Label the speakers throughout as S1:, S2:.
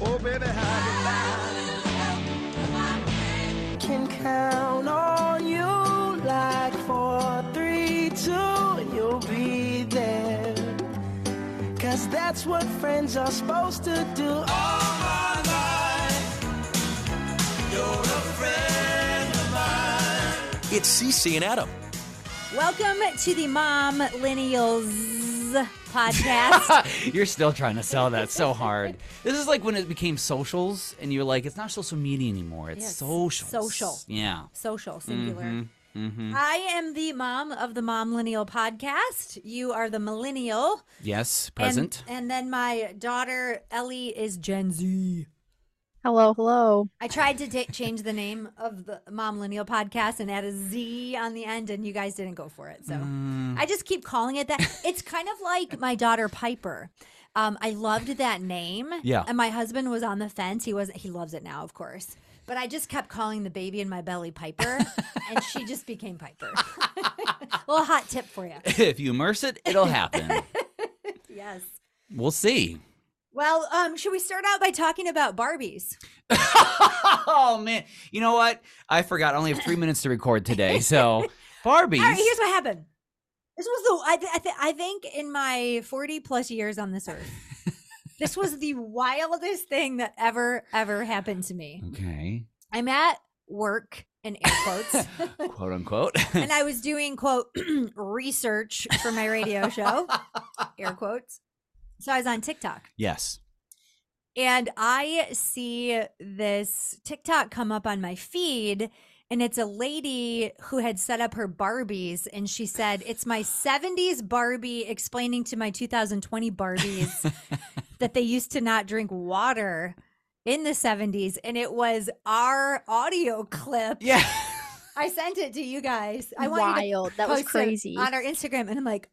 S1: Oh, baby, how you
S2: can count on you like four, three, two, and you'll be there. Cause that's what friends are supposed to do.
S3: It's Cece and Adam.
S4: Welcome to the Mom Lineals podcast.
S5: You're still trying to sell that so hard. This is like when it became socials, and you're like, it's not social media anymore. It's
S4: Yes,
S5: socials.
S4: social.
S5: Yeah.
S4: Social, singular. I am the mom of the Mom Lineal podcast. You are the millennial.
S5: Yes.
S4: And-
S5: Present.
S4: And, then my daughter, Ellie, is Gen Z.
S6: Hello, hello.
S4: I tried to ta- change the name of the Mom Lineal podcast and add a Z on the end, and you guys didn't go for it. So
S5: Mm.
S4: I just keep calling it that. It's kind of like my daughter, Piper. Um, I loved that name.
S5: Yeah.
S4: And my husband was on the fence. He was he loves it now, of course. But I just kept calling the baby in my belly Piper, and she just became Piper. Little hot tip for you.
S5: if you immerse it, it'll happen.
S4: Yes.
S5: we'll see.
S4: Well, um, should we start out by talking about Barbies?
S5: oh man. You know what? I forgot. I only have three minutes to record today, so Barbies.
S4: All right, here's what happened. This was the I, th- I, th- I think in my 40 plus years on this earth, this was the wildest thing that ever ever happened to me.
S5: okay.
S4: I'm at work in air quotes,
S5: Quote unquote.
S4: and I was doing quote research for my radio show, air quotes. So I was on TikTok.
S5: yes.
S4: And I see this TikTok come up on my feed, and it's a lady who had set up her Barbies, and she said, It's my 70s Barbie explaining to my 2020 Barbies that they used to not drink water in the 70s. And it was our audio clip.
S5: Yeah.
S4: I sent it to you guys. I want you to
S6: Wild. That was
S4: post it
S6: crazy.
S4: on our Instagram, and I'm like,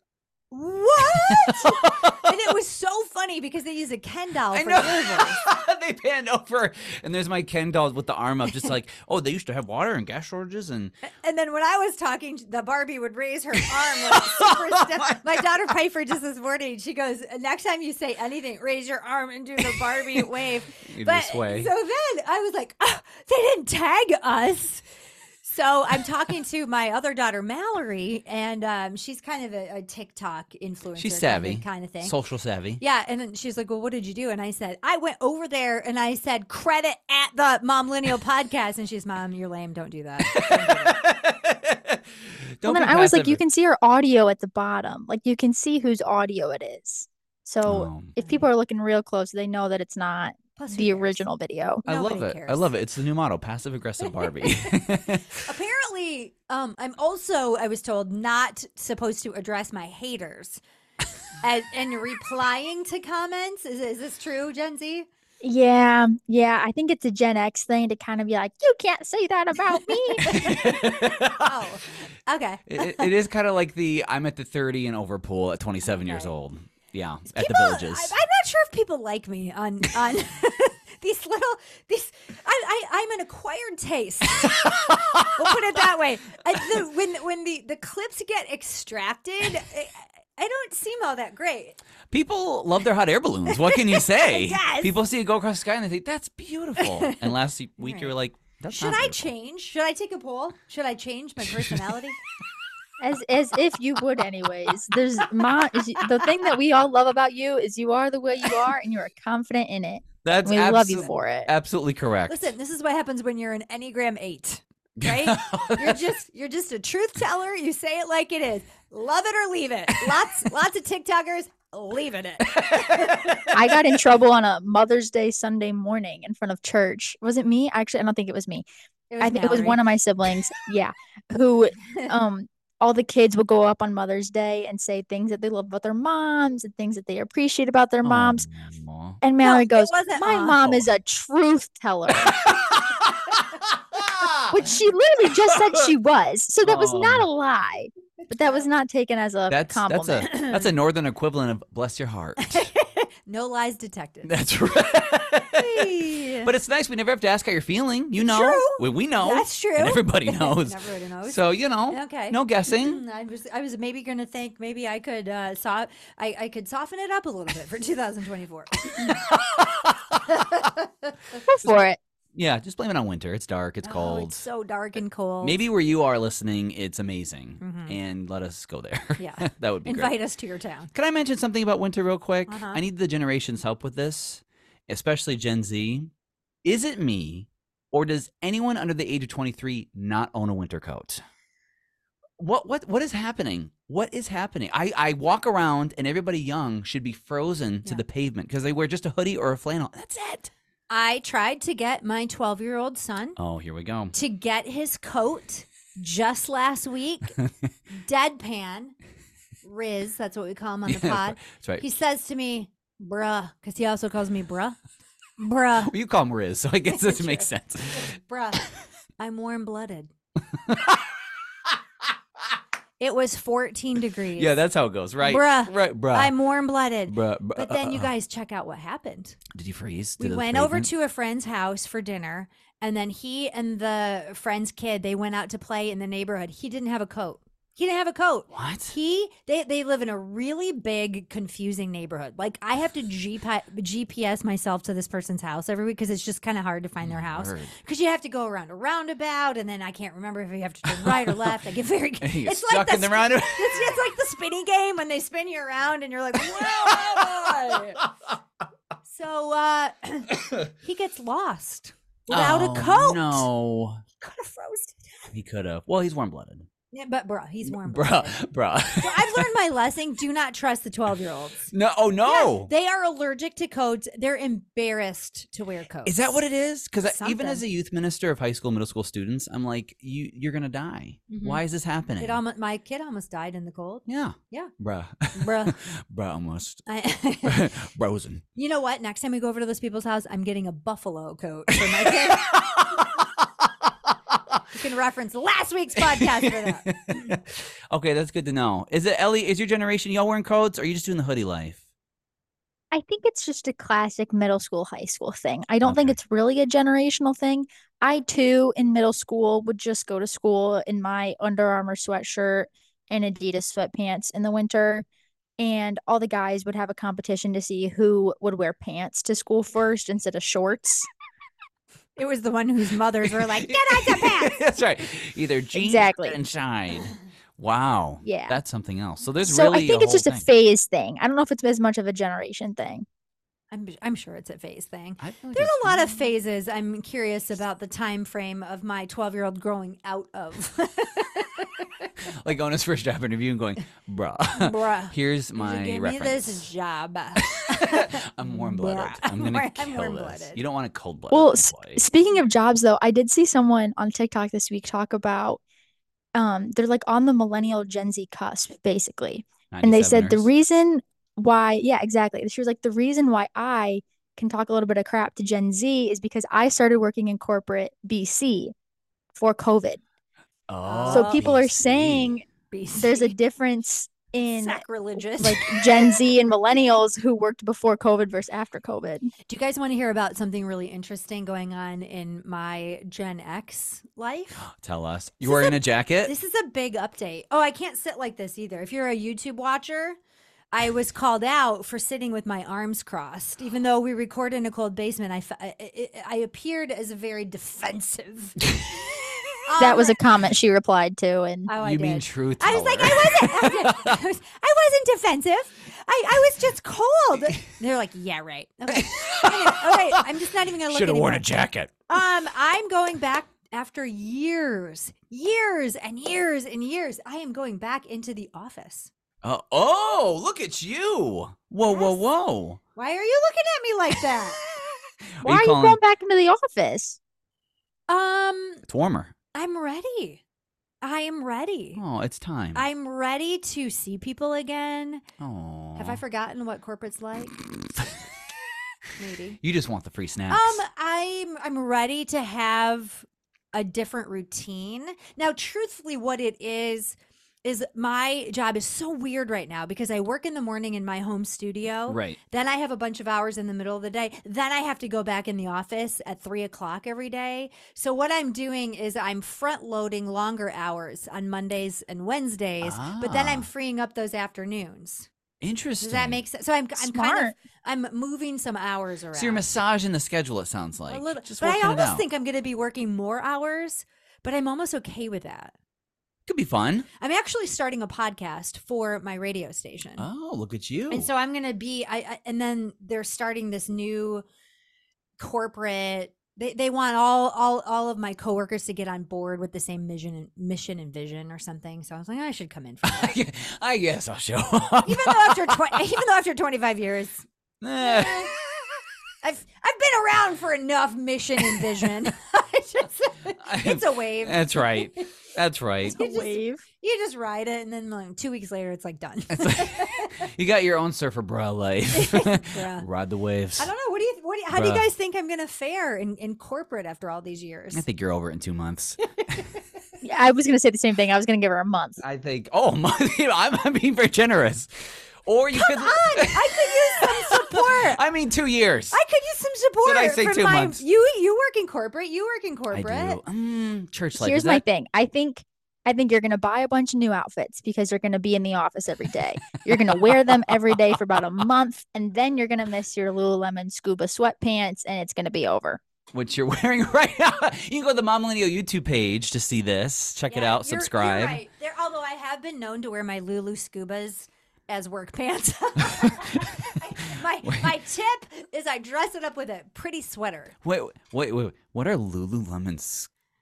S4: what? and it was so funny because they used a Ken doll
S5: I
S4: for
S5: know.
S4: ear voice.
S5: they panned over, and there's my Ken dolls with the arm up, just like, oh, they used to have water and gas shortages, and
S4: And then when I was talking, the Barbie would raise her arm like
S5: Oh
S4: super stiff. My daughter Piper just this morning, she goes, "Next time you say anything, raise your arm and do the Barbie wave."
S5: in
S4: But
S5: this way.
S4: so then I was like, oh, "They didn't tag us." So I'm talking to my other daughter Mallory, and um, she's kind of a, a TikTok influencer.
S5: She's
S4: kind of-
S5: savvy,
S4: kind of thing.
S5: social savvy.
S4: Yeah, and then she's like, "Well, what did you do?" And I said, "I went over there and I said credit at the Mom Lineal podcast." And she's, "Mom, you're lame. Don't do that."
S6: well, then I was like, you can see her audio at the bottom. Like you can see whose audio it is. So
S5: Oh.
S6: if people are looking real close, they know that it's not
S4: Plus, who
S6: the
S4: cares?
S6: original video.
S5: I love
S4: Nobody
S5: it. I
S4: cares.
S5: love it. It's the new model, passive aggressive Barbie.
S4: Apparently, um, I'm also I was told not supposed to address my haters. And, and replying to comments is, is this true, Gen Z?
S6: Yeah, yeah. I think it's a Gen X thing to kind of be like, you can't say that about me.
S4: Oh, okay.
S5: It- it is kind of like the I'm at the 30 and over pool at 27 years
S4: Okay.
S5: old. Yeah, at the
S4: People-
S5: villages.
S4: I, I'm not sure if people like me on on these little these. I, I I'm an acquired taste. we'll put it that way. I, the, when when the the clips get extracted, I, I don't seem all that great.
S5: People love their hot air balloons. What can you say?
S4: Yes.
S5: People see it go across the sky and they think that's beautiful. And last week you were like, that's
S4: Should
S5: not
S4: I
S5: beautiful."
S4: change? Should I take a poll? Should I change my personality?
S6: As as if you would anyways. There's mom is the thing that we all love about you is you are the way you are and you are confident in it.
S5: That's
S6: We love you
S5: absolute-
S6: for it.
S5: Absolutely correct.
S4: Listen, this is what happens when you're an Enneagram eight, right? you're just you're just a truth teller. You say it like it is. Love it or leave it. Lots lots of TikTokers leaving it.
S6: I got in trouble on a Mother's Day Sunday morning in front of church. Was it me? Actually, I don't think it was me. I think it was one of my siblings. Yeah, who um all the kids would go up on Mother's Day and say things that they love about their moms and things that they appreciate about their moms.
S5: Aw.
S6: And Mallory
S4: it
S6: goes,
S4: wasn't
S6: "My
S4: mom."
S6: mom is a truth teller," which she literally just said she was. So that was not
S5: Oh.
S6: a lie, but that was not taken as a
S5: That's
S6: compliment.
S5: that's a that's a northern equivalent of bless your heart.
S4: no lies detected.
S5: That's right.
S4: Hey.
S5: But it's nice. We never have to ask how you're feeling. You know.
S4: True.
S5: We, we know.
S4: That's true.
S5: And everybody knows.
S4: Everybody knows. Mm-hmm.
S5: so, you know,
S4: okay. Mm,
S5: no guessing.
S4: I was I was maybe gonna think maybe I could uh so I, I could soften it up a little bit for 2024.
S6: Go for it.
S5: Yeah, just blame it on winter. It's dark. It's
S4: Oh,
S5: cold.
S4: it's so dark and cold.
S5: Maybe where you are listening, it's amazing,
S4: Mhm.
S5: and let us go there.
S4: Yeah.
S5: that would be great.
S4: invite us to your town.
S5: Can I mention something about winter real quick?
S4: Uh-huh.
S5: I need the generation's help with this, especially Gen Z. Is it me, or does anyone under the age of 23 not own a winter coat? What what what is happening? What is happening? I, I walk around and everybody young should be frozen to
S4: Yeah.
S5: the pavement because they wear just a hoodie or a flannel. That's it.
S4: I tried to get my 12 year old son
S5: Oh, here we go.
S4: to get his coat just last week. Deadpan, Riz, that's what we call him on the
S5: Yeah,
S4: pod.
S5: That's right.
S4: He says to me, bruh, because he also calls me bruh. Bruh,
S5: Well, you call him Riz, so I guess this
S4: Sure.
S5: makes sense.
S4: bruh, I'm warm blooded. It was 14 degrees.
S5: Yeah, that's how it goes, right?
S4: Bruh,
S5: Right, bruh.
S4: I'm warm blooded.
S5: bruh, bruh,
S4: But then you
S5: uh,
S4: guys check out what happened.
S5: Did you freeze?
S4: We
S5: Did the
S4: went over
S5: pavement-
S4: to a friend's house for dinner, and then he and the friend's kid they went out to play in the neighborhood. He didn't have a coat. He didn't have a coat.
S5: What?
S4: He they they live in a really big confusing neighborhood. Like I have to GP, GPS myself to this person's house every week because it's just kind of hard to find
S5: Mm,
S4: their house
S5: Word.
S4: because you have to go around a roundabout and then I can't remember if you have to turn right or left. I get very
S5: And you get
S4: it's
S5: stuck
S4: like
S5: in the
S4: sp-
S5: roundabout.
S4: It's, it's like the spinny game when they spin you around and you're like, whoa. am I?" So uh, he gets lost without
S5: Oh,
S4: a coat.
S5: No,
S4: Could have froze. to death.
S5: he could have. Well, he's warm blooded.
S4: Yeah, but bruh, he's warm.
S5: Bruh, bruh.
S4: I've learned my lesson. Do not trust the 12 year olds.
S5: No, oh no.
S4: They are allergic to coats. They're embarrassed to wear coats.
S5: is that what it is? Because even
S4: Something.
S5: as a youth minister of high school, middle school students, I'm like, you, you're gonna die.
S4: Mhm.
S5: Why is this happening?
S4: It almost, my kid almost died in the cold.
S5: yeah,
S4: Yeah.
S5: bruh,
S4: Bruh.
S5: bruh, almost
S4: I-
S5: frozen.
S4: You know what? Next time we go over to those people's house, I'm getting a buffalo coat for my kid. you can reference last week's podcast for that.
S5: okay, that's good to know. Is it Ellie? Is your generation y'all wearing coats, or are you just doing the hoodie life?
S6: I think it's just a classic middle school, high school thing. I don't think
S5: Okay.
S6: it's really a generational thing. I too, in middle school, would just go to school in my Under Armour sweatshirt and Adidas sweatpants in the winter. And all the guys would have a competition to see who would wear pants to school first instead of shorts.
S4: It was the one whose mothers were like, "Get out the pants."
S5: That's right. Either jeans
S6: Exactly.
S5: or inside. Wow.
S6: Yeah.
S5: That's something else. So there's
S6: so
S5: really
S6: I think
S5: a
S6: it's just
S5: whole
S6: a
S5: thing.
S6: phase thing. I don't know if it's as much of a generation thing.
S4: I'm, I'm sure it's a phase thing.
S5: I feel like
S4: There's a
S5: it's-
S4: lot of phases. I'm curious about the time frame of my 12 year old growing out of.
S5: like on his first job interview and going, bruh,
S4: Bruh,
S5: here's
S4: you
S5: my
S4: give me
S5: reference.
S4: this job.
S5: I'm warm blooded.
S4: Bruh.
S5: I'm gonna
S4: Right, I'm
S5: kill this.
S4: warm-blooded.
S5: You don't want a cold blooded.
S6: Well, s- speaking of jobs, though, I did see someone on TikTok this week talk about um, they're like on the millennial Gen Z cusp, basically. And they said the reason why, yeah, exactly. She was like, the reason why I can talk a little bit of crap to Gen Z is because I started working in corporate BC for COVID. So
S4: Oh,
S6: people are saying there's a difference in
S4: sacrilegious.
S6: like Gen Z and millennials who worked before COVID versus after COVID.
S4: Do you guys want to hear about something really interesting going on in my Gen X life?
S5: Tell us. You're wearing a
S6: Uh,
S5: jacket?
S4: This is a big update. Oh, I can't sit like this either. If you're a YouTube watcher, I was called out for sitting with my arms crossed, even though we record in a cold basement. I, fe- I, I, I appeared as very defensive. Um,
S6: That was a comment she replied to, and
S4: oh, I
S5: you mean
S4: did.
S5: truth?
S4: I was like, I wasn't. I, was, I wasn't defensive. I, I was just cold. They're like, yeah, right. Okay. Anyway, okay, I'm just not even gonna look.
S5: should have worn a
S4: anymore.
S5: jacket.
S4: Um, I'm going back after years, years and years and years. I am going back into the office.
S5: Uh, oh, look at you. Whoa, whoa,
S4: Yes.
S5: whoa.
S4: Why are you looking at me like that?
S6: why are you
S5: calling-
S6: going back into the office?
S4: um,
S5: It's warmer.
S4: I'm ready. I am ready.
S5: Oh, it's time.
S4: I'm ready to see people again.
S5: oh.
S4: Have I forgotten what corporate's like? Maybe.
S5: You just want the free snacks.
S4: Um, I'm I'm ready to have a different routine. Now, truthfully, what it is is my job is so weird right now because I work in the morning in my home studio.
S5: right.
S4: Then I have a bunch of hours in the middle of the day. Then I have to go back in the office at three o'clock every day. So what I'm doing is I'm front loading longer hours on Mondays and Wednesdays, but then I'm
S5: Ah.
S4: freeing up those afternoons.
S5: Interesting.
S4: Does that make sense? So I'm I'm kind of
S6: Smart.
S4: I'm moving some hours around.
S5: So you're massaging the schedule. It sounds like
S4: a little,
S5: Just
S4: but I
S5: working it
S4: almost
S5: out.
S4: think I'm going to be working more hours. But I'm almost okay with that.
S5: could be fun.
S4: I'm actually starting a podcast for my radio station.
S5: Oh, look at you.
S4: And so I'm going to be, I, I, and then they're starting this new corporate. They, they want all all all of my coworkers to get on board with the same mission and mission and vision or something. So I was like, I should come in for that.
S5: I guess I'll show up.
S4: even though after tw- even though after 25 years,
S5: Eh,
S4: eh, I've I've been around for enough mission and vision. I just, it's a wave.
S5: That's right. That's right.
S6: It's
S4: You
S6: a
S4: just-
S6: wave.
S4: You just ride it, and then like two weeks later, it's like done.
S5: It's like- you got your own surfer bra life.
S4: Bruh.
S5: Ride the waves.
S4: I don't know. What do you? What do you, how do you
S5: Bruh.
S4: guys think I'm gonna fare in, in corporate after all these years?
S5: I think you're over it in two months.
S6: Yeah, I was gonna say the same thing. I was gonna give her a month.
S5: I think. Oh my! I'm, I'm being very generous. Or you could.
S4: Come on, I could use some support.
S5: I mean, two years.
S4: I could use some support.
S5: I say
S4: from
S5: two
S4: my-
S5: months?
S4: You you work in corporate. You work in
S5: I
S4: corporate.
S5: do. Mm, church life.
S6: Here's
S5: is
S6: my
S5: that-
S6: thing. I think I think you're gonna buy a bunch of new outfits because you're gonna be in the office every day. You're gonna wear them every day for about a month, and then you're gonna miss your Lululemon scuba sweatpants, and it's gonna be over.
S5: What you're wearing right now. You can go to the Mom Millennial YouTube page to see this. Check it
S4: Yeah,
S5: out.
S4: you're- you're
S5: Subscribe.
S4: right. There, although I have been known to wear my Lulu Scubas as work pants. my my tip is I dress it up with a pretty sweater.
S5: Wait, wait, wait. What are Lululemon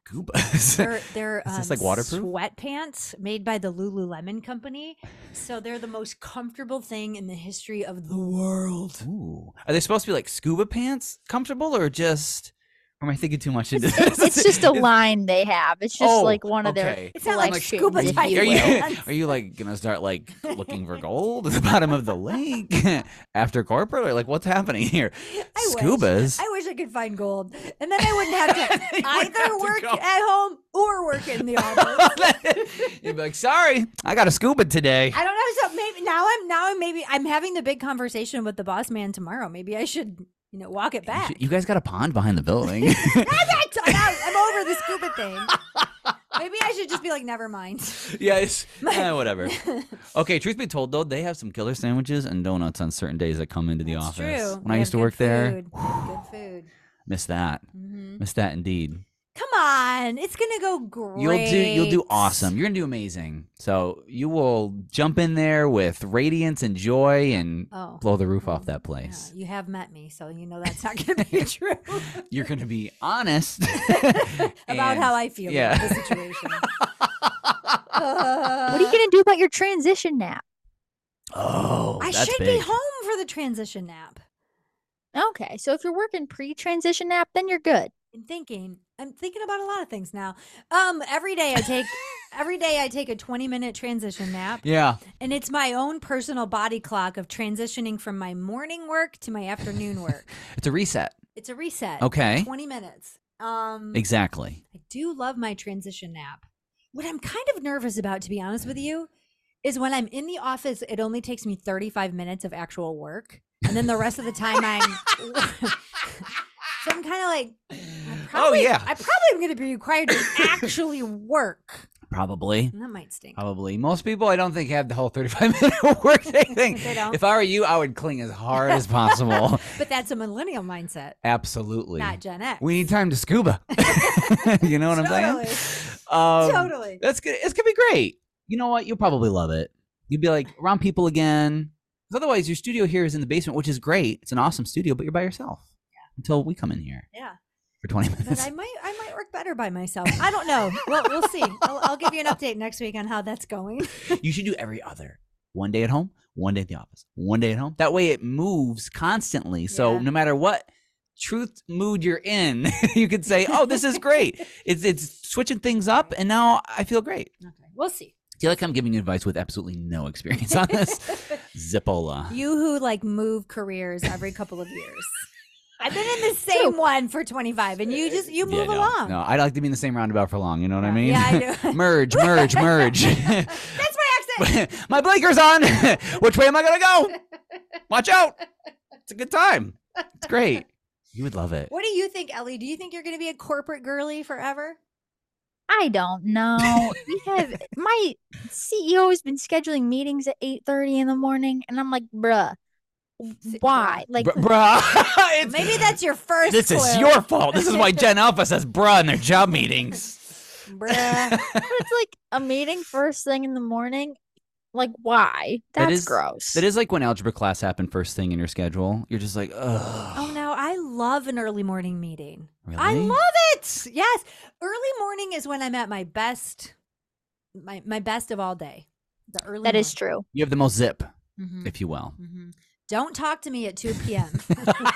S5: scubas?
S4: They're they're
S5: Is this,
S4: um,
S5: like, waterproof?
S4: sweatpants made by the Lululemon company, so they're the most comfortable thing in the history of the world.
S5: Ooh. Are they supposed to be like scuba pants comfortable or just or am I thinking too much into
S6: It's,
S5: this?
S6: it's- it's just a line they have. It's just
S5: Oh,
S6: like one of
S5: okay.
S6: their.
S4: It's not like
S6: collections,
S4: scuba
S6: if
S4: diving.
S5: are
S6: you will.
S5: you
S4: pants.
S5: are you like gonna start like looking for gold at the bottom of the lake after corporate? Or like what's happening here?
S4: I wish.
S5: Scubas.
S4: I wish I could find gold, and then I wouldn't have to
S5: You wouldn't
S4: either
S5: have to
S4: work
S5: go.
S4: at home or work in the office.
S5: You'd be like, sorry, I got a scuba today.
S4: I don't know. So maybe now I'm now I'm maybe I'm having the big conversation with the boss man tomorrow. Maybe I should you know walk it
S5: You
S4: back.
S5: should- You guys got a pond behind the building.
S4: I'm, not- I'm out. I'm over the scuba thing. Maybe I should just be like, never mind.
S5: yes. Eh, whatever. Okay, truth be told though, they have some killer sandwiches and donuts on certain days that come into the
S4: That's
S5: office.
S4: true.
S5: When
S4: They
S5: I
S4: have
S5: used to
S4: good
S5: work there,
S4: food. Good food.
S5: miss that.
S4: Mhm.
S5: Miss that indeed.
S4: Come on, it's gonna go great.
S5: You'll do you'll do awesome. You're gonna do amazing. So you will jump in there with radiance and joy and
S4: Oh,
S5: blow the roof off
S4: well,
S5: that
S4: yeah,
S5: place.
S4: you have met me, so you know that's not gonna be true
S5: You're gonna be honest
S4: about how I feel
S5: yeah.
S4: about the situation. Uh,
S6: What are you gonna do about your transition nap?
S5: Oh
S4: I
S5: that's
S4: should be
S5: big.
S4: home for the transition nap.
S6: Okay, so if you're working pre-transition nap, then you're good.
S4: I'm thinking. I'm thinking about a lot of things now. Um, every day I take every day I take a 20 minute transition nap,
S5: Yeah.
S4: and it's my own personal body clock of transitioning from my morning work to my afternoon work.
S5: It's a reset.
S4: it's a reset.
S5: Okay.
S4: 20 minutes. Um,
S5: Exactly.
S4: I do love my transition nap. What I'm kind of nervous about, to be honest with you, is when I'm in the office, it only takes me 35 minutes of actual work, and then the rest of the time I'm. so I'm kind of like. I probably,
S5: Oh, yeah.
S4: I probably am going to be required to actually work.
S5: Probably.
S4: And that might stink.
S5: Probably. Most people I don't think have the whole thirty five minute workday thing.
S4: They don't.
S5: If I were you, I would cling as hard as possible.
S4: But that's a millennial mindset,
S5: Absolutely.
S4: not Gen X.
S5: We need time to scuba. you know what I'm saying? Um,
S4: totally.
S5: That's good. It's gonna be great. You know what? You'll probably love it. You'll be like around people again. 'Cause otherwise, your studio here is in the basement, which is great. It's an awesome studio, but you're by yourself until we come in here.
S4: Yeah.
S5: For 20
S4: But
S5: minutes.
S4: I might, I might work better by myself. I don't know. Well, we'll see. I'll, I'll give you an update next week on how that's going.
S5: you should do every other. One day at home, one day at the office, one day at home. That way, it moves constantly. So
S4: Yeah.
S5: no matter what truth mood you're in, you could say, "Oh, this is great." it's it's switching things up, and now I feel great.
S4: Okay, we'll see.
S5: feel like I'm giving you advice with absolutely no experience on this. Zipola.
S4: You who like move careers every couple of years. I've been in the same one for 25, and you just you
S5: Yeah,
S4: move
S5: no,
S4: along.
S5: No, I like to be in the same roundabout for long. You know what I
S4: Yeah,
S5: mean?
S4: yeah, I do.
S5: merge, merge, merge.
S4: That's my accent.
S5: My blinker's on. Which way am I gonna go? Watch out! It's a good time. It's great. You would love it.
S4: What do you think, Ellie? Do you think you're going to be a corporate girly forever?
S6: I don't know. We have my CEO has been scheduling meetings at 8:30 in the morning and I'm like, "Bruh, why?" Like
S5: Bru- bruh. It's-
S4: Maybe that's your first.
S5: this is
S4: clue.
S5: your fault. This is why Gen Alpha says bruh in their job meetings.
S4: Bruh.
S6: it's like a meeting first thing in the morning. Like why?
S5: That
S6: That's
S5: is-
S6: gross.
S5: That is like when algebra class happened first thing in your schedule. You're just like, ugh.
S4: Oh no, I love an early morning meeting.
S5: Really?
S4: I love it. Yes. Early morning is when I'm at my best my my best of all day. The early
S6: That is true.
S5: You have the most zip,
S4: hmm
S5: if you will.
S4: Don't talk to me at 2 p.m.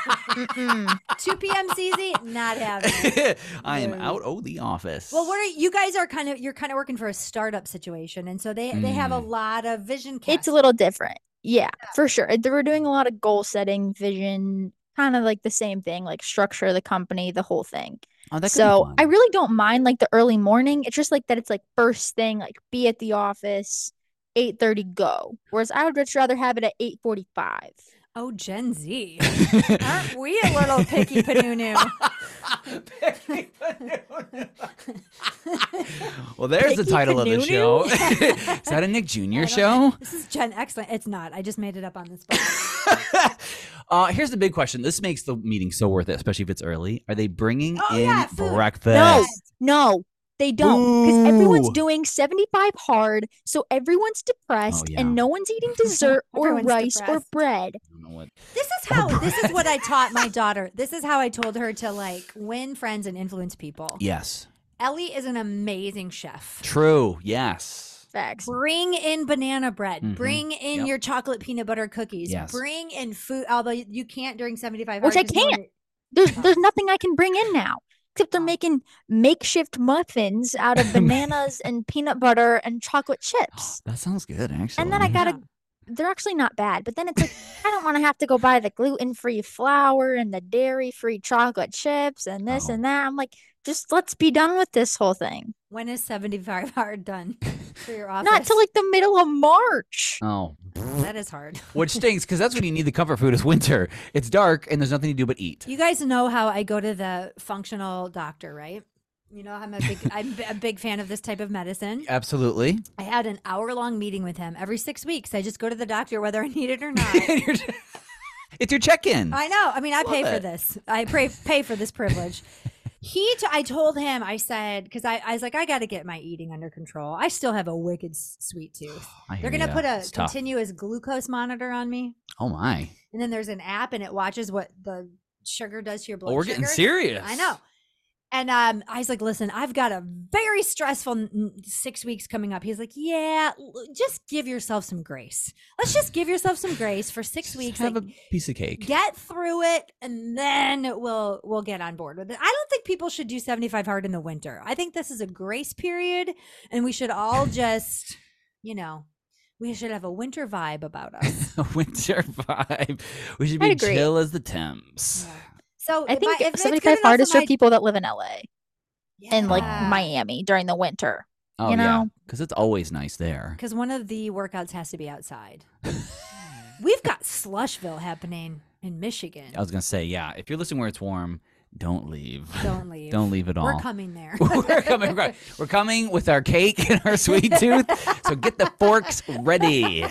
S6: Mm-mm.
S4: 2 p.m. CZ, not happening.
S5: I am
S4: Right.
S5: out of the office.
S4: Well, what are you guys are kind of you're kind of working for a startup situation, and so they they have a lot of vision. Cast.
S6: it's a little different. Yeah, for sure. They were doing a lot of goal setting, vision, kind of like the same thing, like structure of the company, the whole thing.
S5: Oh, that could be
S6: so I
S5: fun.
S6: really don't mind like the early morning. It's just like that it's like first thing, like be at the office, 8:30 go. Whereas I would just rather have it at 8:45.
S4: oh Gen Z, aren't we a little picky panoonu?
S5: Picky Panoon. well, there's the
S6: Picky
S5: title of the
S6: Panoonu?
S5: show. Is that a Nick Jr.
S4: don't-
S5: show?
S4: This is Gen Excellent. It's not. I just made it up on the spot.
S5: uh, here's the big question. This makes the meeting so worth it, especially if it's early. Are they bringing
S4: Oh,
S5: in
S4: yeah, food.
S5: breakfast?
S6: No, they don't because everyone's
S5: Boo.
S6: doing 75 hard, so everyone's depressed
S5: Oh, yeah.
S6: and no one's eating dessert or
S4: Everyone's
S6: rice
S4: depressed.
S6: or bread.
S5: I don't know what-
S4: This is how this is what I taught my daughter. This is how I told her to like win friends and influence people.
S5: Yes.
S4: Ellie is an amazing chef.
S5: True. Yes.
S6: Facts.
S4: Bring in banana bread.
S5: Mhm.
S4: Bring in
S5: Yep.
S4: your chocolate peanut butter cookies.
S5: Yes.
S4: Bring in food. Although you can't during seventy five,
S6: Which I can't. There's there's nothing I can bring in now. Except they're making makeshift muffins out of bananas and peanut butter and chocolate chips.
S5: That sounds good, actually.
S6: And then I gotta
S4: Yeah.
S6: they're actually not bad, but then it's like I don't want to have to go buy the gluten-free flour and the dairy-free chocolate chips and this
S5: Oh.
S6: and that. I'm like, just let's be done with this whole thing.
S4: When is seventy five hard done for your office?
S6: Not till like the middle of March.
S5: Oh,
S4: that is hard.
S5: which stinks because that's when you need the comfort food is winter. It's dark and there's nothing to do but eat.
S4: You guys know how I go to the functional doctor, right? You know I'm a big I'm a big fan of this type of medicine.
S5: Absolutely.
S4: I had an hour long meeting with him every six weeks. I just go to the doctor whether I need it or not.
S5: it's your check-in.
S4: Uh, I know. I mean, I pay for
S5: it.
S4: this. I pray, pay for this privilege. He, t- I told him, I said, because I, I was like, I got to get my eating under control. I still have a wicked s- sweet tooth.
S5: I
S4: They're
S5: hear
S4: gonna
S5: ya.
S4: put a
S5: It's tough.
S4: continuous glucose monitor on me,
S5: Oh my.
S4: and then there's an app, and it watches what the sugar does to your blood.
S5: Oh, we're getting
S4: sugar.
S5: serious.
S4: I know. And um, I was like, listen, I've got a very stressful n- six weeks coming up. He's like, yeah, l- just give yourself some grace. Let's just give yourself some grace for six
S5: Just
S4: weeks.
S5: Have
S4: like,
S5: a piece of cake.
S4: get through it and then we'll we'll get on board with it. I don't think people should do 75 hard in the winter. I think this is a grace period and we should all just, you know, we should have a winter vibe about us.
S5: winter vibe. We should
S6: I'd
S5: be
S6: agree.
S5: chill as the Thames.
S4: Yeah. So
S6: I
S4: if
S6: think
S4: if it's good
S6: 75
S4: enough
S6: hard
S4: for
S6: is for
S4: my-
S6: people that live in LA and like
S5: Yeah.
S6: Miami during the winter.
S5: Oh
S6: You
S5: yeah,
S6: know?
S5: because it's always nice there.
S4: Because one of the workouts has to be outside. We've got Slushville happening in Michigan.
S5: I was gonna say, yeah. If you're listening where it's warm, don't leave.
S4: Don't leave.
S5: Don't leave at all.
S4: We're coming there.
S5: We're coming. right. We're coming with our cake and our sweet tooth. So get the forks ready.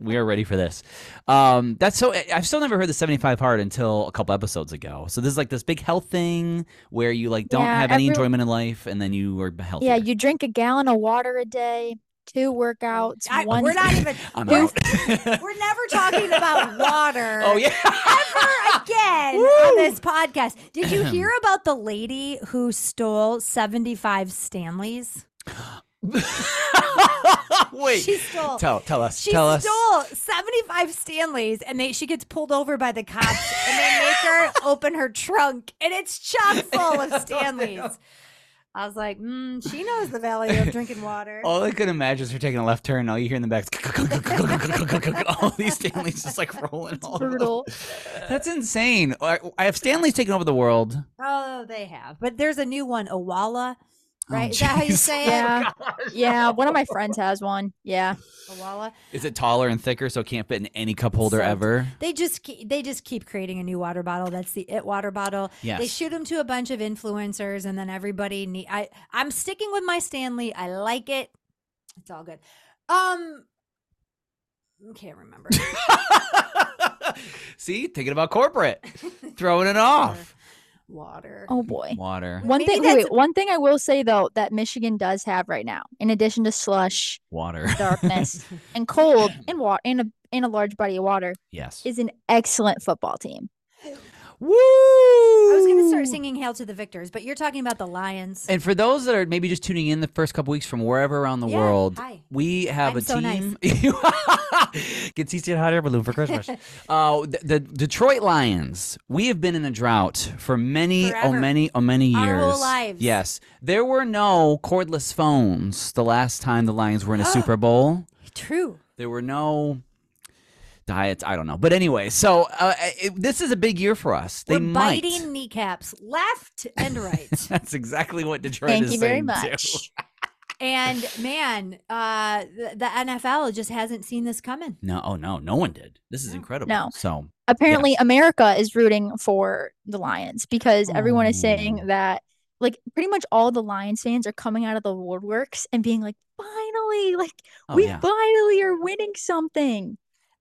S5: We are ready for this. Um, that's so. I- I've still never heard the 75 hard until a couple episodes ago. So this is like this big health thing where you like don't
S6: Yeah,
S5: have any
S6: every-
S5: enjoyment in life, and then you are healthy.
S6: Yeah, you drink a gallon of water a day, two workouts,
S4: I-
S6: one
S4: we're not even.
S5: I'm
S4: we're,
S5: out.
S4: we're never talking about water.
S5: oh yeah.
S4: ever again on this podcast. Did you hear about the lady who stole 75 Stanleys?
S5: Wait.
S4: She stole.
S5: Tell tell us.
S4: she
S5: tell us.
S4: stole 75 Stanleys and they, she gets pulled over by the cops and they make her open her trunk and it's chock full of Stanleys. I was like, mm, she knows the value of drinking water.
S5: All I could imagine is her taking a left turn. All you hear in the back is all these Stanleys just like rolling. All over the-
S6: brutal.
S5: That's insane. I I have Stanley's taken over the world.
S4: Oh, they have. But there's a new one, Owala. right? Is that how you
S5: jeez.
S4: say it?
S6: Yeah.
S5: Gosh.
S6: Yeah, one of my friends has one. Yeah.
S4: A Walla?
S5: Is it taller and thicker so it can't fit in any cup holder
S4: So-
S5: ever?
S4: They just keep, they just keep creating a new water bottle. That's the it water bottle.
S5: Yes.
S4: They shoot them to a bunch of influencers, and then everybody. Need, I I'm sticking with my Stanley. I like it. It's all good. Um, can't remember.
S5: See, thinking about corporate, throwing it off.
S4: water.
S6: Oh boy.
S5: Water,
S6: One
S4: Maybe
S6: thing wait,
S4: that's-
S6: wait, one thing I will say though that Michigan does have right now, in addition to slush,
S5: water.
S6: darkness, and cold and water and a and a large body of water,
S5: Yes.
S6: is an excellent football team.
S5: Woo!
S4: I was gonna start singing "Hail to the Victors," but you're talking about the Lions.
S5: And for those that are maybe just tuning in the first couple weeks from wherever around the
S4: Yeah,
S5: world,
S4: hi.
S5: we have
S4: I'm
S5: a
S4: so nice.
S5: team. Get CC and hot air balloon for Christmas. uh, the, the Detroit Lions. We have been in a drought for many, oh
S4: Forever.
S5: many, oh many years.
S4: Our whole lives.
S5: Yes, there were no cordless phones the last time the Lions were in a Super Bowl.
S4: True.
S5: There were no diets. I don't know, but anyway, so uh, it, this is a big year for us. They
S4: We're
S5: might.
S4: biting kneecaps left and right.
S5: That's exactly what Detroit
S6: Thank
S5: is
S6: you very
S5: saying, too.
S6: much.
S4: and man, uh, the, the NFL just hasn't seen this coming.
S5: No, oh no, no one did. This is
S4: No.
S5: incredible.
S6: No.
S5: So
S6: Apparently America is rooting for the Lions because everyone is
S5: Oh.
S6: saying that like pretty much all the Lions fans are coming out of the woodworks and being like, finally, like
S5: oh,
S6: we
S5: yeah.
S6: finally are winning something.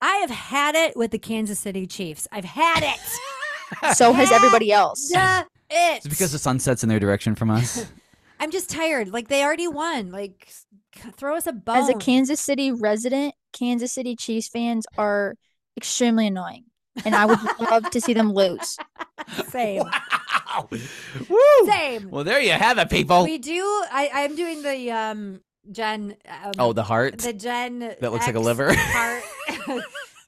S4: I have had it with the Kansas City Chiefs. I've had it.
S6: So has everybody else.
S4: Duh, it.
S5: Is it because the sun sets in their direction from us?
S4: I'm just tired. Like they already won. Like s- c- throw us a bone.
S6: As a Kansas City resident, Kansas City Chiefs fans are extremely annoying. And I would love to see them lose.
S4: Same.
S5: wow.
S4: Same.
S5: Well, there you have it, people.
S4: We do. I, I'm doing the um Jen. Um,
S5: oh, the heart.
S4: the Jen that
S5: looks like a liver.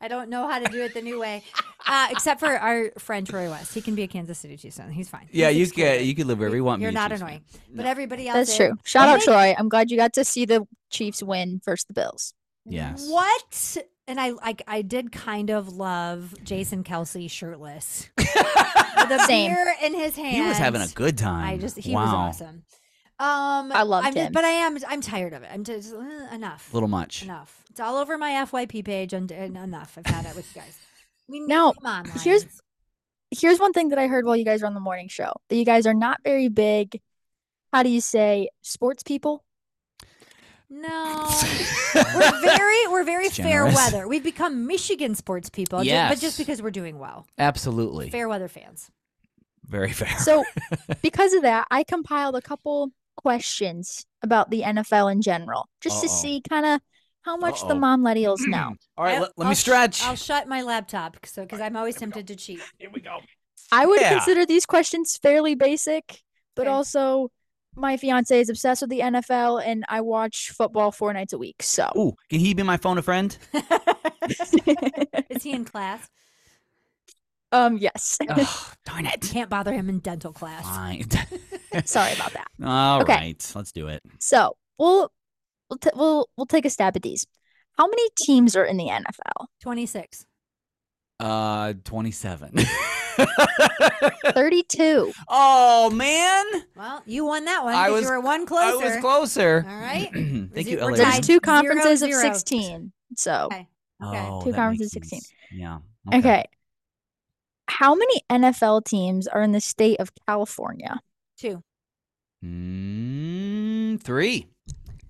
S4: I don't know how to do it the new way, uh, except for our friend Troy West. He can be a Kansas City Chiefs fan. He's fine.
S5: yeah,
S4: He's
S5: you
S4: excluded.
S5: can you can live wherever you want.
S4: You're
S5: being a
S4: not
S5: Chiefs fan.
S4: annoying,
S5: No.
S4: but everybody else.
S6: That's
S4: is.
S6: true. Shout
S4: I
S6: out
S4: think-
S6: Troy. I'm glad you got to see the Chiefs win versus the Bills.
S5: Yes.
S4: What? And I like I did kind of love Jason Kelsey shirtless with a
S6: Same.
S4: beer in his hand.
S5: He was having a good time.
S4: I just he
S5: wow.
S4: was awesome. Um,
S6: I loved
S4: I'm just-
S6: him.
S4: but I am I'm tired of it. I'm just uh, enough.
S5: A little much.
S4: Enough. It's all over my FYP page and, and enough. I've had it with you guys. We need-
S6: Now,
S4: come on,
S6: here's-
S4: Lions.
S6: Here's one thing that I heard while you guys were on the morning show that you guys are not very big, how do you say, sports people?
S4: no. we're very we're very
S5: It's
S4: fair
S5: generous.
S4: weather. We've become Michigan sports people, ju- but
S5: Yes.
S4: just because we're doing well,
S5: Absolutely.
S4: fair weather fans.
S5: Very fair.
S6: So, because of that, I compiled a couple questions about the NFL in general, just to
S5: Uh-oh.
S6: see kind of how much the
S5: Uh-oh.
S6: mom millennials know.
S5: All right,
S4: I-
S5: let, let
S4: I'll
S5: me
S4: sh-
S5: stretch.
S4: I'll shut my laptop so because I'm always tempted to cheat.
S5: Here we go.
S6: I would
S5: Yeah.
S6: consider these questions fairly basic, but
S4: Okay.
S6: also my fiance is obsessed with the NFL and I watch football four nights a week. So
S5: Ooh, can he be my phone a friend?
S4: Is he in class?
S6: um yes.
S5: Ugh, darn it.
S4: Can't bother him in dental class.
S5: Fine.
S6: Sorry about that.
S5: All
S6: Okay.
S5: right, let's do it.
S6: So we'll we'll t- we'll we'll take a stab at these. How many teams are in the NFL?
S4: Twenty six.
S5: Uh, 27.
S6: Thirty-two.
S5: oh, man.
S4: Well, you won that one.
S5: I
S4: 'cause
S5: was-
S4: you were one
S5: I
S4: closer.
S5: was closer.
S4: All right.
S5: Thank
S4: Is
S5: you,
S4: it- we're tied.
S5: LA.
S6: There's
S5: Rams.
S6: two
S4: Zero,
S6: conferences
S4: zero.
S6: of sixteen. So
S4: Okay. Okay.
S5: Oh,
S6: Two
S5: that
S6: conferences,
S5: makes
S6: 16.
S5: sense. Yeah.
S6: okay. How many NFL teams are in the state of California?
S4: Two.
S5: Mm, three.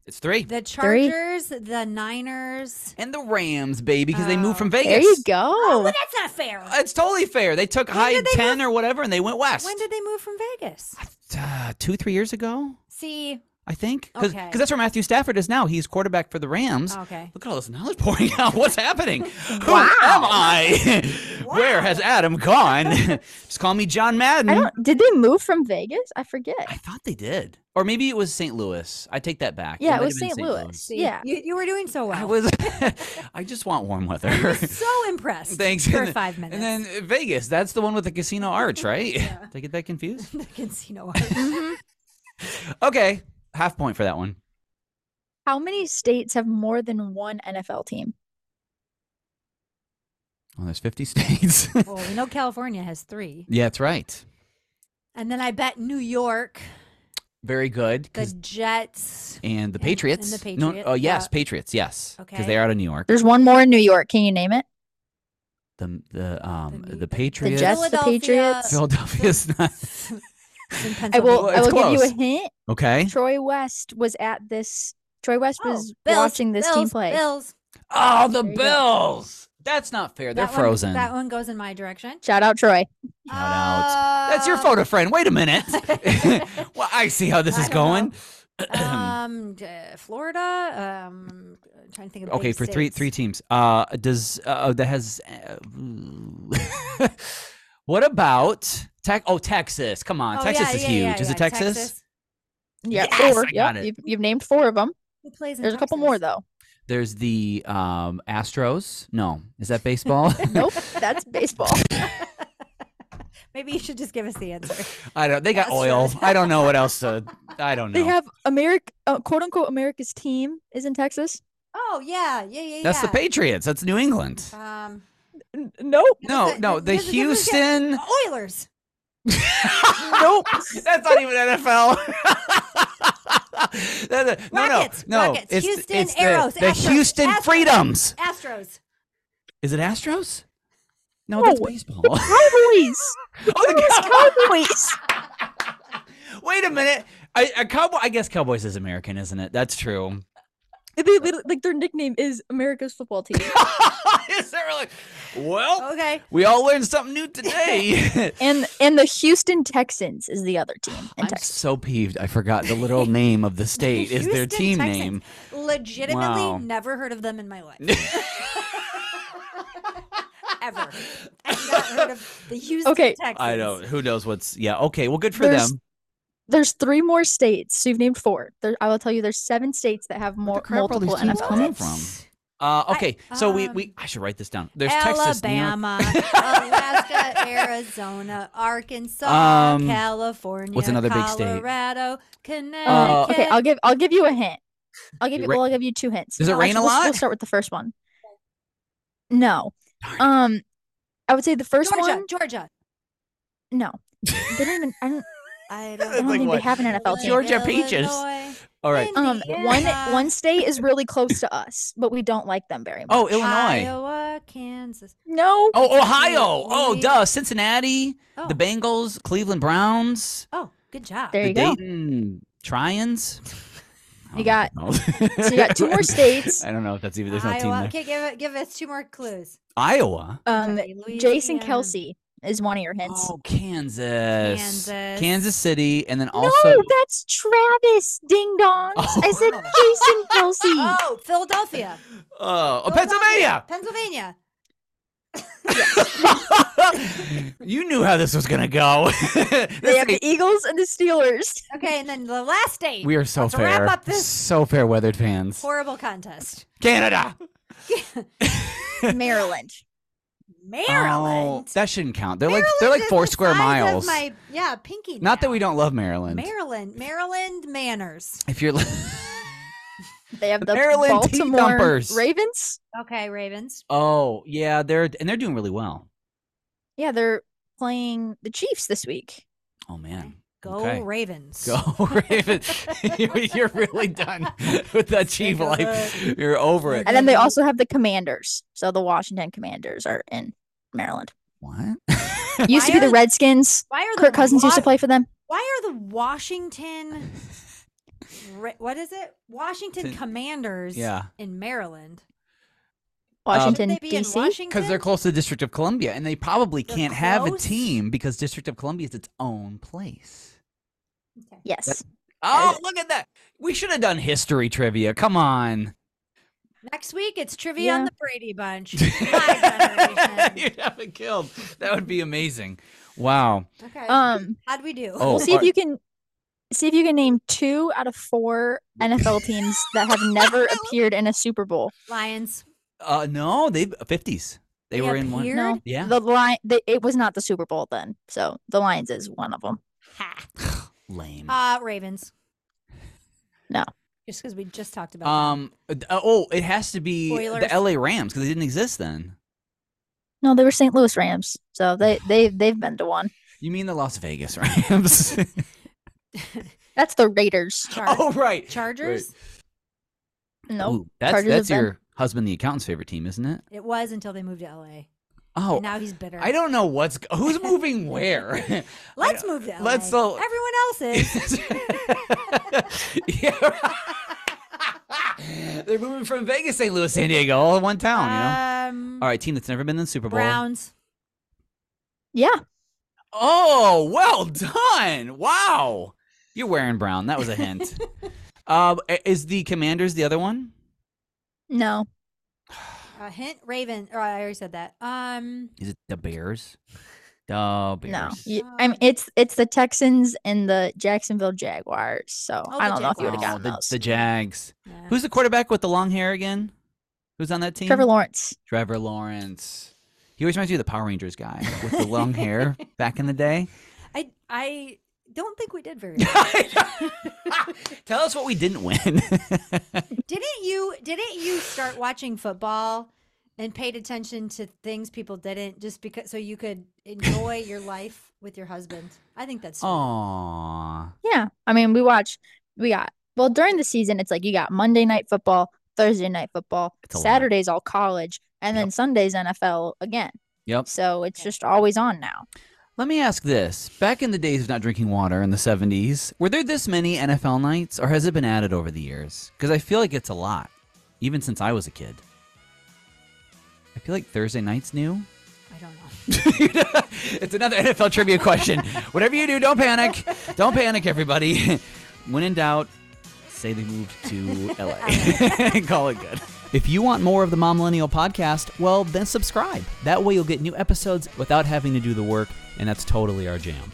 S5: It's three.
S4: The Chargers, the Niners.
S5: and the Rams, baby, because they moved
S4: Oh.
S5: from Vegas.
S6: There you
S4: Oh,
S6: go.
S4: well, that's not fair.
S5: It's totally fair. They took
S4: When
S5: high
S4: did they
S5: 10 or whatever and they went west.
S4: when did they move from Vegas?
S5: uh, two, three years ago,
S4: See,
S5: I think. Because
S4: Okay. Oh.
S5: that's where Matthew Stafford is now. He's quarterback for the Rams.
S4: okay.
S5: Look at all this knowledge pouring out. What's happening? Who
S6: Wow.
S5: am I? Where has Adam gone? Just call me John Madden.
S6: I don't did they move from Vegas? I forget.
S5: I thought they did. Or maybe it was St. Louis. I take that back.
S6: Yeah, it
S5: might
S6: was
S5: have been
S6: St. Louis.
S4: See,
S6: Yeah.
S4: you, you were doing so well.
S5: I was I just want warm weather.
S4: so impressed.
S5: Thanks.
S4: for
S5: And then-
S4: five minutes.
S5: And then uh, Vegas, that's the one with the casino arch, right?
S4: Yeah.
S5: Did I get that confused?
S4: the casino.
S5: Okay. Half point for that one.
S6: How many states have more than one NFL team?
S5: Well, Oh, there's 50 states.
S4: well, we know California has three,
S5: yeah, that's right.
S4: and then I bet New York
S5: very good.
S4: The
S5: 'cause-
S4: Jets.
S5: and the
S4: and- and the
S5: Patriots. No,
S4: Patriots,
S5: oh yes,
S4: yeah.
S5: Patriots. Yes, because
S4: Okay.
S5: they are out of New York.
S6: There's one more in New York. Can you name it?
S5: The the um
S4: New-
S5: the,
S4: the
S5: Patriots.
S6: Jets, the
S4: Philadelphia-
S6: Patriots.
S5: Philadelphia's not
S4: It's
S6: I
S4: in Pennsylvania.
S6: will.
S5: Well,
S6: I
S5: it's
S6: will give you a
S5: close.
S6: hint.
S5: okay.
S6: Troy West was at this. Troy West
S4: Oh,
S6: was
S4: Bills,
S6: watching this team
S4: Bills,
S6: play.
S4: Bills.
S5: Oh, the
S6: There you go.
S5: Bills. That's not fair. They're
S4: That one-
S5: frozen.
S4: that one goes in my direction.
S6: Shout out Troy.
S5: Shout out.
S4: Uh,
S5: That's your photo friend. Wait a minute. well, I see how this
S4: I
S5: is
S4: don't
S5: going.
S4: um, d- Florida. Um, I'm trying to think of
S5: okay,
S4: big
S5: for three
S4: states.
S5: three teams. Uh, does uh that has? Uh, what about Tech? Oh, Texas. Come on,
S4: Oh,
S5: Texas
S4: yeah,
S5: is
S4: yeah,
S5: huge.
S4: yeah,
S5: is
S4: yeah,
S5: it Texas?
S6: Yeah,
S5: Yes,
S6: four.
S5: I
S6: Yep,
S5: got it.
S6: You've, you've named four of them.
S4: Who plays in
S6: There's a couple
S4: Texas?
S6: more though.
S5: There's the um Astros. No, is that baseball?
S6: Nope, that's baseball.
S4: Maybe you should just give us the answer.
S5: I don't. They got oil.
S4: Astros.
S5: I don't know what else. To, I don't know.
S6: They have America, uh, quote unquote, America's team is in Texas.
S4: Oh yeah, yeah, yeah.
S5: That's the
S4: yeah.
S5: Patriots. That's New England.
S4: Um,
S6: N- nope.
S5: No,
S4: that-
S5: no, the
S4: this is- this is- yeah,
S5: Houston.
S4: Oilers.
S5: nope. That's not even NFL. no, no, no,
S4: Rockets,
S5: no, no.
S4: Rockets,
S5: It's,
S4: Houston
S5: it's the,
S4: Arrows,
S5: The
S4: Astros,
S5: Houston
S4: Astros.
S5: Freedoms.
S4: Astros.
S5: Is it Astros? No, that's
S6: No.
S5: baseball.
S6: The Cowboys.
S5: oh, the Cow-
S6: Cowboys.
S5: Wait a minute. I, a cowboy. I guess Cowboys is American, isn't it? That's true.
S6: They- they- like their nickname is America's football team.
S5: is that really? Well,
S4: Okay.
S5: we all learned something new today.
S6: And and the Houston Texans is the other team in
S5: I'm
S6: Texas.
S5: so peeved. I forgot the literal name of the state is their
S4: Houston
S5: team
S4: Texans.
S5: name.
S4: Legitimately,
S5: Wow.
S4: never heard of them in my life. Ever. I've not heard of the Houston
S6: Okay.
S4: Texans.
S5: I don't. Who knows what's? Yeah. Okay. Well, good for
S6: There's
S5: them.
S6: There's three more states. So you've named four. There, I will tell you, there's seven states that have more
S5: the crap are these
S6: multiple
S5: teams
S6: NFL
S5: coming
S6: teams.
S5: from? Uh, okay. so we,
S4: um,
S5: we I should write this down. There's Texas, New York.
S4: Alabama, Alaska, Arizona, Arkansas,
S5: Um,
S4: California,
S5: what's another big state?
S4: Colorado, Connecticut.
S6: Uh, okay, I'll give I'll give you a hint. I'll give
S5: It
S6: you.
S5: ra-
S6: Well, I'll give you two hints.
S5: Does it
S6: No,
S5: rain
S6: actually,
S5: a
S6: let's- We'll
S5: lot?
S6: start with the first one. No.
S5: Darn.
S6: Um, I would say the first
S4: Georgia,
S6: one.
S4: Georgia.
S6: No, they don't even. I don't,
S4: I
S6: I don't
S5: like
S6: think
S5: what?
S6: they have an NFL team.
S5: Georgia peaches. All right.
S6: Um, one
S4: Indiana,
S6: one state is really close to us, but we don't like them very much.
S5: Oh, Illinois.
S4: Iowa, Kansas.
S6: no,
S5: Oh, Ohio. Oh,
S4: Louis-
S5: duh. Cincinnati,
S4: Oh,
S5: the Bengals, Cleveland Browns,
S4: oh, good job.
S6: There
S5: the
S6: you go.
S5: Dayton Trions. I
S6: You
S5: don't
S6: got-
S5: know.
S6: so you got two more states.
S5: I don't know if that's even there's no
S4: Iowa.
S5: team there.
S4: Okay, give it, give us two more clues.
S5: Iowa.
S6: um,
S4: Okay,
S6: Jason
S4: Louisiana,
S6: Kelsey is one of your hints.
S5: Oh, Kansas.
S4: Kansas.
S5: Kansas City, and then
S6: no,
S5: also
S6: that's Travis Ding Dongs. I said Jason Kelsey.
S4: Oh, Philadelphia.
S5: Oh, oh,
S4: Philadelphia,
S5: Pennsylvania.
S4: Pennsylvania.
S5: you knew how this was gonna go.
S6: they
S5: This
S6: have the
S5: ain't-
S6: Eagles and the Steelers.
S4: Okay, and then the last state.
S5: we are so
S4: Let's
S5: fair.
S4: wrap up this-
S5: so fair weathered fans.
S4: Horrible contest.
S5: Canada.
S6: Maryland.
S5: Oh,
S4: Maryland.
S5: that shouldn't count. They're
S4: Maryland
S5: like they're like
S4: is
S5: four
S4: the
S5: square
S4: size of
S5: miles.
S4: my- yeah, pinky.
S5: Not that
S4: nail.
S5: we don't love Maryland.
S4: Maryland, Maryland manners.
S5: if you're
S6: They have
S5: The
S6: the
S5: Maryland tea
S6: Baltimore
S5: dumpers.
S6: Ravens.
S4: Okay, Ravens.
S5: Oh, yeah, they're and they're doing really well.
S6: Yeah, they're playing the Chiefs this week.
S5: Oh man.
S4: Go
S5: Okay.
S4: Ravens.
S5: Go Ravens. You- you're really done with that chief
S4: Take a
S5: life. You're over it.
S6: And then they
S4: Mhm.
S6: also have the Commanders. So the Washington Commanders are in Maryland.
S5: What?
S6: Used to be
S4: Why
S6: the
S4: are-
S6: Redskins.
S4: Why are the
S6: Kirk Cousins used to
S4: Wa-
S6: play for them.
S4: Why are the Washington? Ra- what is it? Washington
S5: Tin-
S4: Commanders.
S5: yeah.
S4: In Maryland. Shouldn't
S6: Washington
S4: they be in
S6: D.C.
S4: Washington?
S5: Because they're close to District of Columbia, and they probably
S4: They're
S5: can't have a
S4: close?
S5: team because District of Columbia is its own place.
S4: Okay.
S6: Yes.
S5: Oh, look at that! We should have done history trivia. Come on.
S4: Next week it's trivia on
S6: Yeah.
S4: the Brady Bunch. My generation.
S5: You'd have it killed. That would be amazing. Wow.
S4: Okay.
S6: Um,
S4: How'd we do?
S5: Oh,
S6: we'll see if
S5: are-
S6: you can see if you can name two out of four NFL teams that have never appeared in a Super Bowl.
S4: Lions.
S5: Uh, no, they fifties. They were in one.
S4: appeared?
S6: No.
S5: Yeah.
S6: The line the, it was not the Super Bowl then. So the Lions is one of them.
S4: Ha.
S5: Lame.
S6: Oh,
S4: Uh, Ravens.
S6: No.
S4: Just because we just talked about. them.
S5: Um. uh, Oh, it has to be
S4: Oilers.
S5: the L.A. Rams because they didn't exist then.
S6: No, they were St. Louis Rams. So they they they've been to one.
S5: You mean the Las Vegas Rams?
S6: That's the Raiders.
S4: Char-
S5: Oh, right.
S4: Chargers?
S6: No,
S5: Ooh, that's
S6: Chargers
S5: that's
S6: have been-
S5: your husband, the accountant's favorite team, isn't it?
S4: It was until they moved to LA.
S5: Oh,
S4: And now he's bitter.
S5: I don't know what's who's moving where.
S4: Let's move to LA.
S5: let's all-
S4: Everyone else is.
S5: yeah. They're moving from Vegas, St. Louis, San Diego, all in one town.
S6: Uh,
S5: You know.
S4: Um,
S5: All right, team that's never been in the Super Bowl.
S4: Browns.
S6: yeah.
S5: Oh, well done! Wow, you're wearing brown. That was a hint. um, i- is the Commanders the other one?
S6: No.
S4: Uh, hint Raven. Or I already said that. Um,
S5: Is it the Bears? The Bears.
S6: No. Y- I mean, it's it's the Texans and the Jacksonville Jaguars. So
S4: Oh,
S6: I
S4: the
S6: don't know if you would have
S4: Jaguars.
S6: gotten
S5: Oh, the,
S6: those.
S5: the Jags.
S4: yeah.
S5: Who's the quarterback with the long hair again? Who's on that team?
S6: Trevor Lawrence.
S5: Trevor Lawrence. He always reminds me of the Power Rangers guy with the long hair back in the day.
S4: I I don't think we did very well.
S5: Tell us what we didn't win.
S4: didn't you didn't you start watching football and paid attention to things people didn't just because so you could enjoy your life with your husband? I think that's oh.
S5: Aww.
S6: Yeah. I mean, we watch, we got, well, during the season, it's like you got Monday night football, Thursday night football,
S5: It's a lot.
S6: Saturdays all college, and then
S5: Yep.
S6: Sunday's NFL again.
S5: Yep.
S6: So it's
S4: Yeah.
S6: just always on now.
S5: Let me ask this. Back in the days of not drinking water in the 70s, were there this many NFL nights or has it been added over the years? Because I feel like it's a lot, even since I was a kid. I feel like Thursday night's new.
S4: I don't know.
S5: it's another NFL trivia question. Whatever you do, don't panic. Don't panic, everybody. When in doubt, say they moved to LA. Call it good. If you want more of the Mom Millennial podcast, well, then subscribe. That way you'll get new episodes without having to do the work, and that's totally our jam.